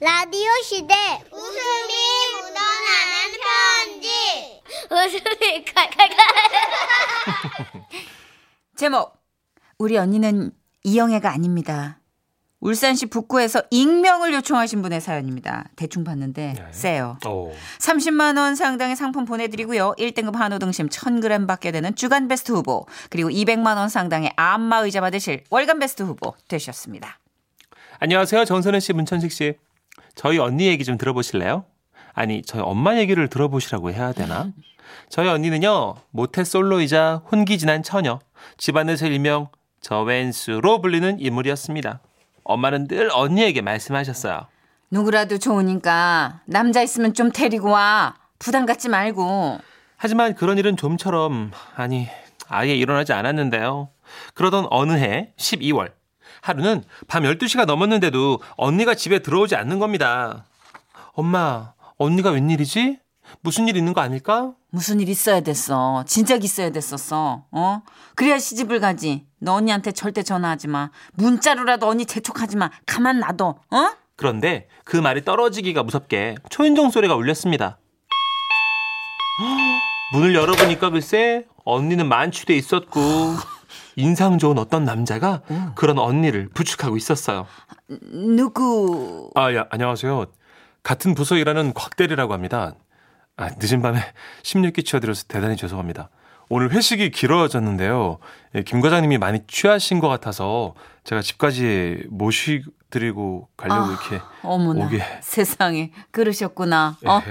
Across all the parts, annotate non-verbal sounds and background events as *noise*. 라디오 시대 웃음이 묻어나는 편지. 웃음이 칼칼칼 제목 우리 언니는 이영애가 아닙니다. 울산시 북구에서 익명을 요청하신 분의 사연입니다. 대충 봤는데 네. 세요. 오. 30만 원 상당의 상품 보내드리고요. 1등급 한우 등심 1,000g 받게 되는 주간 베스트 후보 그리고 200만 원 상당의 안마 의자 받으실 월간 베스트 후보 되셨습니다. 안녕하세요. 정선혜 씨, 문천식 씨. 저희 언니 얘기 좀 들어보실래요? 아니, 저희 엄마 얘기를 들어보시라고 해야 되나? 저희 언니는요, 모태솔로이자 혼기진한 처녀, 집안에서 일명 저웬수로 불리는 인물이었습니다. 엄마는 늘 언니에게 말씀하셨어요. 누구라도 좋으니까 남자 있으면 좀 데리고 와. 부담 갖지 말고. 하지만 그런 일은 좀처럼 아니 아예 일어나지 않았는데요. 그러던 어느 해 12월 하루는 밤 12시가 넘었는데도 언니가 집에 들어오지 않는 겁니다. 엄마, 언니가 웬일이지? 무슨 일 있는 거 아닐까? 무슨 일 있어야 됐어. 진작 있어야 됐었어. 어? 그래야 시집을 가지. 너 언니한테 절대 전화하지 마. 문자로라도 언니 재촉하지 마. 가만 놔둬. 어? 그런데 그 말이 떨어지기가 무섭게 초인종 소리가 울렸습니다. *gasps* 문을 열어보니까 글쎄 언니는 만취돼 있었고 인상 좋은 어떤 남자가 그런 언니를 부축하고 있었어요. 누구? 아, 야, 안녕하세요. 같은 부서 일하는 곽대리라고 합니다. 아, 늦은 밤에 *laughs* 16기 치어드려서 대단히 죄송합니다. 오늘 회식이 길어졌는데요. 예, 김 과장님이 많이 취하신 것 같아서 제가 집까지 모시드리고 가려고 아, 이렇게 어머나. 오게. 예. 세상에. 그러셨구나. 어,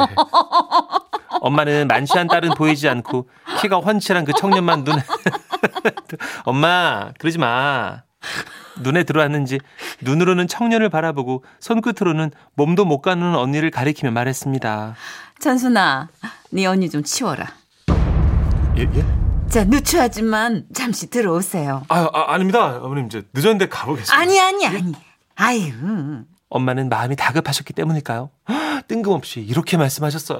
엄마는 만취한 딸은 보이지 않고 키가 훤칠한 그 청년만 눈에 *laughs* 엄마 그러지 마 눈에 들어왔는지 눈으로는 청년을 바라보고 손끝으로는 몸도 못 가누는 언니를 가리키며 말했습니다. 천순아. 네 언니 좀 치워라. 예 예? 자, 누추하지만 잠시 들어오세요. 아, 아 아닙니다 어머님 이제 늦었는데 가보겠습니다. 아니, 아니, 아니. 아유. 엄마는 마음이 다급하셨기 때문일까요? 뜬금없이 이렇게 말씀하셨어요.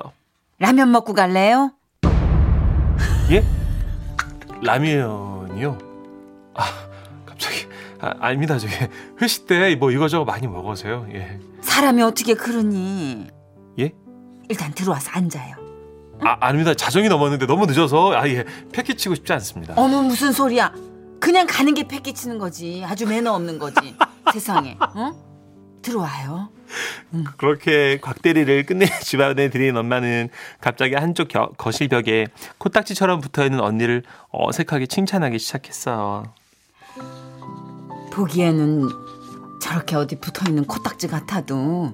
라면 먹고 갈래요? 예? 라면이요? 아 갑자기 아, 아닙니다 저기 회식 때 뭐 이거저거 많이 먹으세요 예. 사람이 어떻게 그러니. 예? 일단 들어와서 앉아요. 아, 아닙니다. 자정이 넘었는데 너무 늦어서 아 예. 패키 치고 싶지 않습니다. 어머 무슨 소리야? 그냥 가는 게 패기치는 거지. 아주 매너 없는 거지. 세상에. 응? 들어와요. 그렇게 곽대리를 끝내 *laughs* 집안에 들인 엄마는 갑자기 한쪽 겨- 거실 벽에 코딱지처럼 붙어 있는 언니를 어색하게 칭찬하기 시작했어요. 보기에는 저렇게 어디 붙어 있는 코딱지 같아도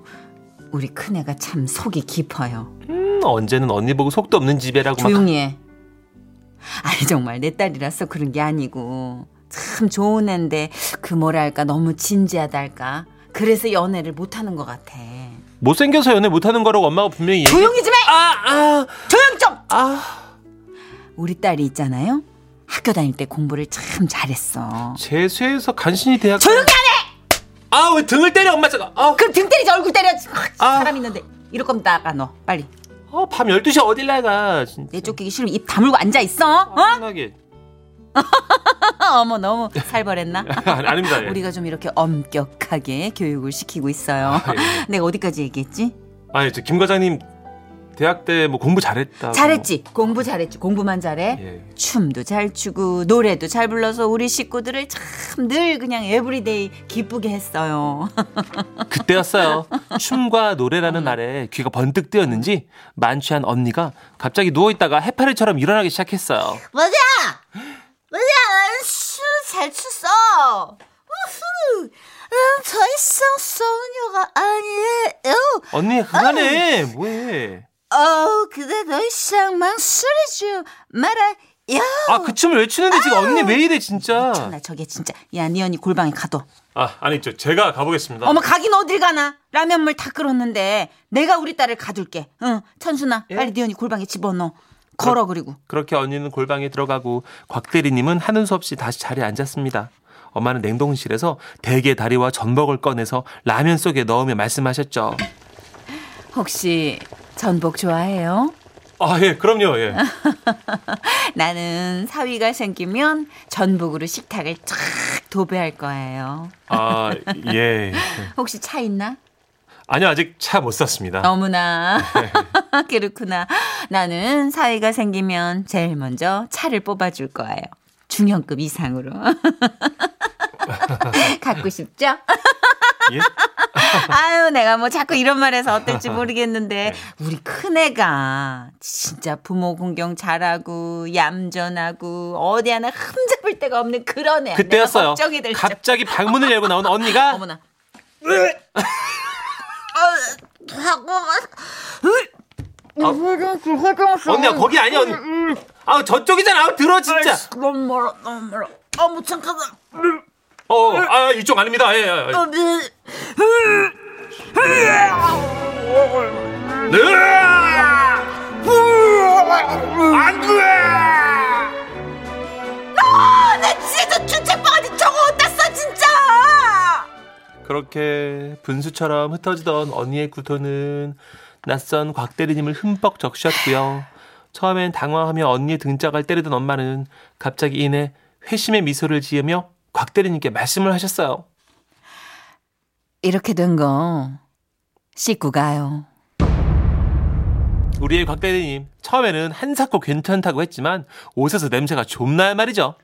우리 큰애가 참 속이 깊어요. 음, 언제는 언니 보고 속도 없는 집애라고 막 조용히 해. 아니 정말 내 딸이라서 그런 게 아니고 참 좋은 애인데 그 뭐랄까 너무 진지하달까. 그래서 연애를 못 하는 것 같아. 못생겨서 연애 못 하는 거라고 엄마가 분명히 얘기... 조용히 좀 해. 아, 아, 조용 좀. 아. 우리 딸이 있잖아요. 학교 다닐 때 공부를 참 잘했어. 재수해서 간신히 대학 조용히 안 해! 아, 왜 등을 때려 엄마 제가. 아, 그럼 등 때리지 얼굴 때려. 아. 사람 있는데. 이럴 거면 나가 너. 빨리. 어, 밤 12시 어딜 나가. 진짜 내쫓기기 싫으면 입 다물고 앉아 있어. *laughs* 어? 화나게. *laughs* 어머 너무 살벌했나? 아, 닙니다 예. 우리가 좀 이렇게 엄격하게 교육을 시키고 있어요. 아, 예. *laughs* 내가 어디까지 얘기했지? 아니 저김 과장님 대학 때 뭐 공부 잘했다. 잘했지. 공부 잘했지. 공부만 잘해. 아, 뭐. 예. 춤도 잘 추고 노래도 잘 불러서 우리 식구들을 참 늘 그냥 에브리데이 기쁘게 했어요. 그때였어요. 춤과 어. 노래라는 말에 귀가 번뜩 뜨였는지 만취한 언니가 갑자기 누워 있다가 해파리처럼 일어나기 시작했어요. 뭐야? 뭐야? 술잘 쳤어. 우후. 어, 음, 더 이상 소녀가 아니에요. 언니 그만해. 뭐해? 어, 그대 더 이상 망설이지 말아요. 아 그 춤을 왜 추는데 지금 언니 왜 이래 진짜? 나 저게 진짜 야네 언니 골방에 가둬. 아 아니 저 제가 가보겠습니다. 어머 가긴 어딜 가나 라면 물 다 끓었는데 내가 우리 딸을 가둘게 응 천순아 예? 빨리 니언이 골방에 집어넣어 걸어 그리고 그렇게 언니는 골방에 들어가고 곽 대리님은 하는 수 없이 다시 자리에 앉았습니다. 엄마는 냉동실에서 대게 다리와 전복을 꺼내서 라면 속에 넣으며 말씀하셨죠. 혹시 전복 좋아해요? 아 예 그럼요 예. 나는 사위가 생기면 전복으로 식탁을 쫙 도배할 거예요 아, 예. 혹시 차 있나? 아니요, 아직 차 못 어. 샀습니다. 너무나 *laughs* 그렇구나. 나는 사이가 생기면 제일 먼저 차를 뽑아줄 거예요. 중형급 이상으로. *laughs* 갖고 싶죠? 예? 아유, 내가 뭐 자꾸 이런 말해서 어떨지 모르겠는데, 네. 우리 큰애가 진짜 부모 공경 잘하고, 얌전하고, 어디 하나 흠잡을 데가 없는 그런 애야. 내가 그때였어요. 걱정이 될 줄. 갑자기 방문을 열고 나온 언니가 어머나. 아, 하고 화장실 화장실 언니야 거기 아니야 언니. 음, 아 저쪽이잖아. 아, 들어 진짜. 너무 멀어 너무 멀어 아무 잠깐만 어, 아 이쪽 아닙니다. 예, 예, 예. 으아! 안 돼! 나 아, 진짜 주책바가지 저거 어디다 써 진짜 그렇게 분수처럼 흩어지던 언니의 구토는 낯선 곽 대리님을 흠뻑 적셨고요. 처음엔 당황하며 언니의 등짝을 때리던 엄마는 갑자기 이내 회심의 미소를 지으며 곽 대리님께 말씀을 하셨어요. 이렇게 된 거 씻고 가요. 우리의 곽 대리님 처음에는 한사코 괜찮다고 했지만 옷에서 냄새가 좀 날 말이죠.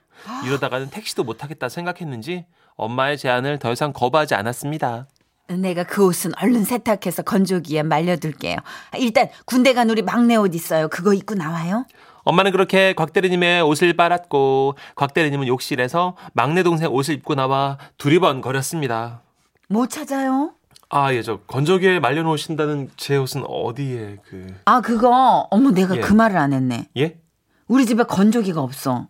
이러다가는 택시도 못 타겠다 생각했는지 엄마의 제안을 더 이상 거부하지 않았습니다. 내가 그 옷은 얼른 세탁해서 건조기에 말려둘게요. 일단 군대 간 우리 막내 옷 있어요. 그거 입고 나와요. 엄마는 그렇게 곽 대리님의 옷을 빨았고 곽 대리님은 욕실에서 막내 동생 옷을 입고 나와 두리번거렸습니다. 못뭐 찾아요? 아, 예, 저 건조기에 말려놓으신다는 제 옷은 어디에 그... 아 그거 어머 내가 예. 그 말을 안 했네. 예? 우리 집에 건조기가 없어.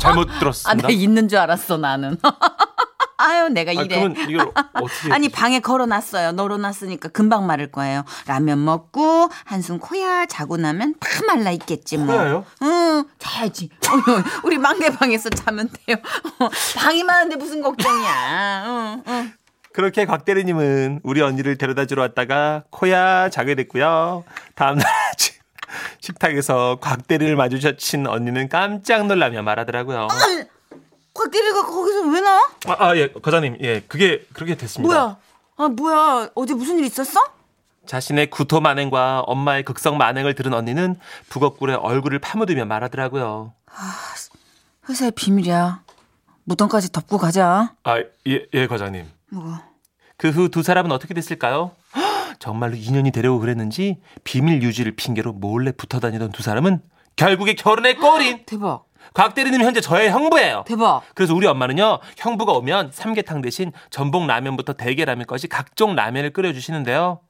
잘못 아 들었습니다. 나 있는 줄 알았어 나는. *laughs* 아유 내가 아, 예, 이래. 그러면 이걸 *laughs* 어떻게... 아니 방에 걸어놨어요. 널어놨으니까 금방 마를 거예요. 라면 먹고 한숨 코야 자고 나면 다 말라 있겠지 뭐. 코야요? 응 자야지. 어휴, 우리 막내 방에서 자면 돼요. 어, 방이 많은데 무슨 걱정이야. 응, 응. 그렇게 곽 대리님은 우리 언니를 데려다 주러 왔다가 코야 자게 됐고요. 다음날 *laughs* 아침 식탁에서 곽 대리를 마주친 언니는 깜짝 놀라며 말하더라고요. 곽대리가 거기서 왜 나와? 아, 아, 예, 과장님, 예, 그게 그렇게 됐습니다. 뭐야 아 뭐야 어제 무슨 일 있었어? 자신의 구토 만행과 엄마의 극성 만행을 들은 언니는 북어꿀에 얼굴을 파묻으며 말하더라고요. 회사의 비밀이야. 무덤까지 덮고 가자. 아, 예, 예, 과장님. 뭐가? 그 후 두 사람은 어떻게 됐을까요? *gasps* 정말로 인연이 되려고 그랬는지 비밀 유지를 핑계로 몰래 붙어 다니던 두 사람은 결국에 결혼에 꼬린 대박 곽 대리님 현재 저의 형부예요. 대박 그래서 우리 엄마는요 형부가 오면 삼계탕 대신 전복 라면부터 대게 라면까지 각종 라면을 끓여주시는데요.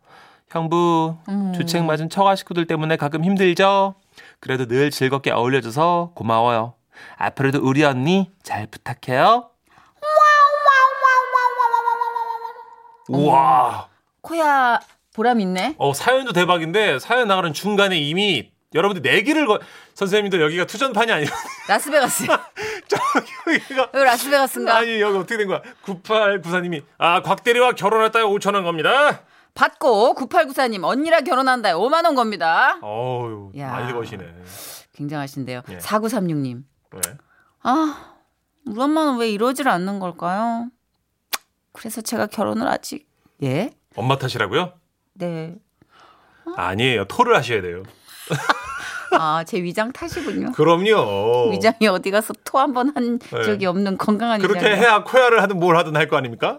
형부 주책 맞은 처가 식구들 때문에 가끔 힘들죠. 그래도 늘 즐겁게 어울려줘서 고마워요. 앞으로도 우리 언니 잘 부탁해요. 우와, 코야 보람 있네. 어 사연도 대박인데 사연 나가는 중간에 이미 여러분들 내기를 걸 선생님들 여기가 투전판이 아니라 *laughs* 라스베가스. 여기가 왜 라스베가스인가? 아니 여기 어떻게 된 거야? 9894님이 아 곽대리와 결혼했다요 5천 원 겁니다. 받고 9894님 언니랑 결혼한다에 5만 원 겁니다. 어우 야. 많이 거시네. 굉장하신데요. 예. 4936님. 네. 아, 우리 엄마는 왜 이러질 않는 걸까요? 그래서 제가 결혼을 아직 예? 엄마 탓이라고요? 네. 아니에요 토를 하셔야 돼요. 아, 제 위장 탓이군요. 그럼요. 위장이 어디 가서 토 한 번 한 네. 적이 없는 건강한 그렇게 위장. 해야 코야를 하든 뭘 하든 할 거 아닙니까?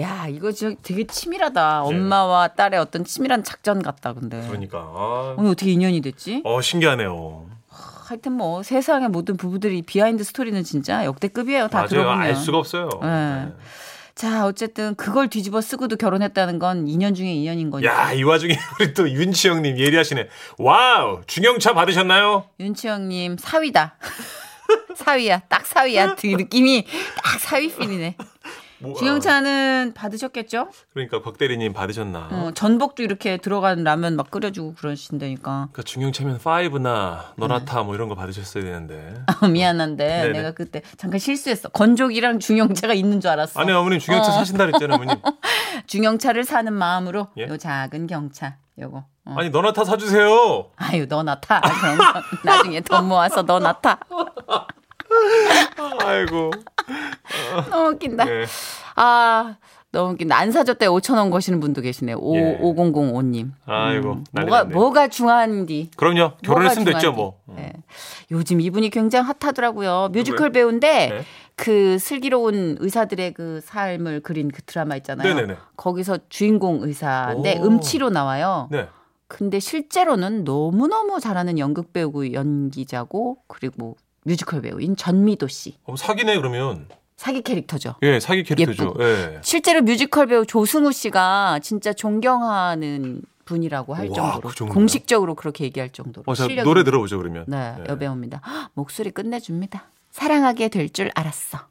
야, 이거 저 되게 치밀하다. 엄마와 딸의 어떤 치밀한 작전 같다, 근데. 예. 그러니까 아. 오늘 어떻게 인연이 됐지? 어 신기하네요. 하여튼 뭐 세상의 모든 부부들이 비하인드 스토리는 진짜 역대급이에요. 다 맞아요 들어보면. 알 수가 없어요. 네. 자, 어쨌든 그걸 뒤집어 쓰고도 결혼했다는 건 인연 중에 인연인 거니까. 야 이 와중에 *laughs* 우리 또 윤치영님 예리하시네. 와우 중형차 받으셨나요? 윤치영님 사위다. *laughs* 사위야, 딱 사위야. 그 느낌이 딱 사위 필이네. 뭐, 아, 중형차는 받으셨겠죠? 그러니까 곽대리님 받으셨나? 어, 전복도 이렇게 들어간 라면 막 끓여주고 그러신다니까. *laughs* 그러니까 중형차면 5나 너나타 네. 뭐 이런 거 받으셨어야 되는데. 아, 미안한데 네네. 내가 그때 잠깐 실수했어. 건조기랑 중형차가 있는 줄 알았어. 아니 어머님 중형차 사신다 그랬잖아요 *laughs* 어머님. 중형차를 사는 마음으로 예? 요 작은 경차 요거. 어. 아니 너나 타 사주세요. 아유 너 나타. 그럼 *laughs* 나중에 돈 모아서 너 *laughs* 나타. 아이고. 너무 웃긴다. 예. 아, 너무 웃긴다. 안 사줬대 5천 원 거시는 분도 계시네요. 오, 예. 5005님. 음. 아이고 난리 뭐가 났네. 뭐가 중요한디? 그럼요. 결혼했으면 뭐가 됐죠 중요한지. 뭐. 예. 요즘 이분이 굉장히 핫하더라고요. 뮤지컬 누구예요? 배우인데 네. 그 슬기로운 의사들의 그 삶을 그린 그 드라마 있잖아요. 네네네. 거기서 주인공 의사인데 오. 음치로 나와요. 네. 근데 실제로는 너무너무 잘하는 연극 배우고 연기자고 그리고 뮤지컬 배우인 전미도 씨. 어, 사기네 그러면. 사기 캐릭터죠. 예, 사기 캐릭터죠. 예. 실제로 뮤지컬 배우 조승우 씨가 진짜 존경하는 분이라고 할 와, 정도로 그 정도요? 공식적으로 그렇게 얘기할 정도로 어, 자, 실력이 노래 들어보죠 그러면. 네, 예. 여배우입니다. 헉, 목소리 끝내줍니다. 사랑하게 될 줄 알았어.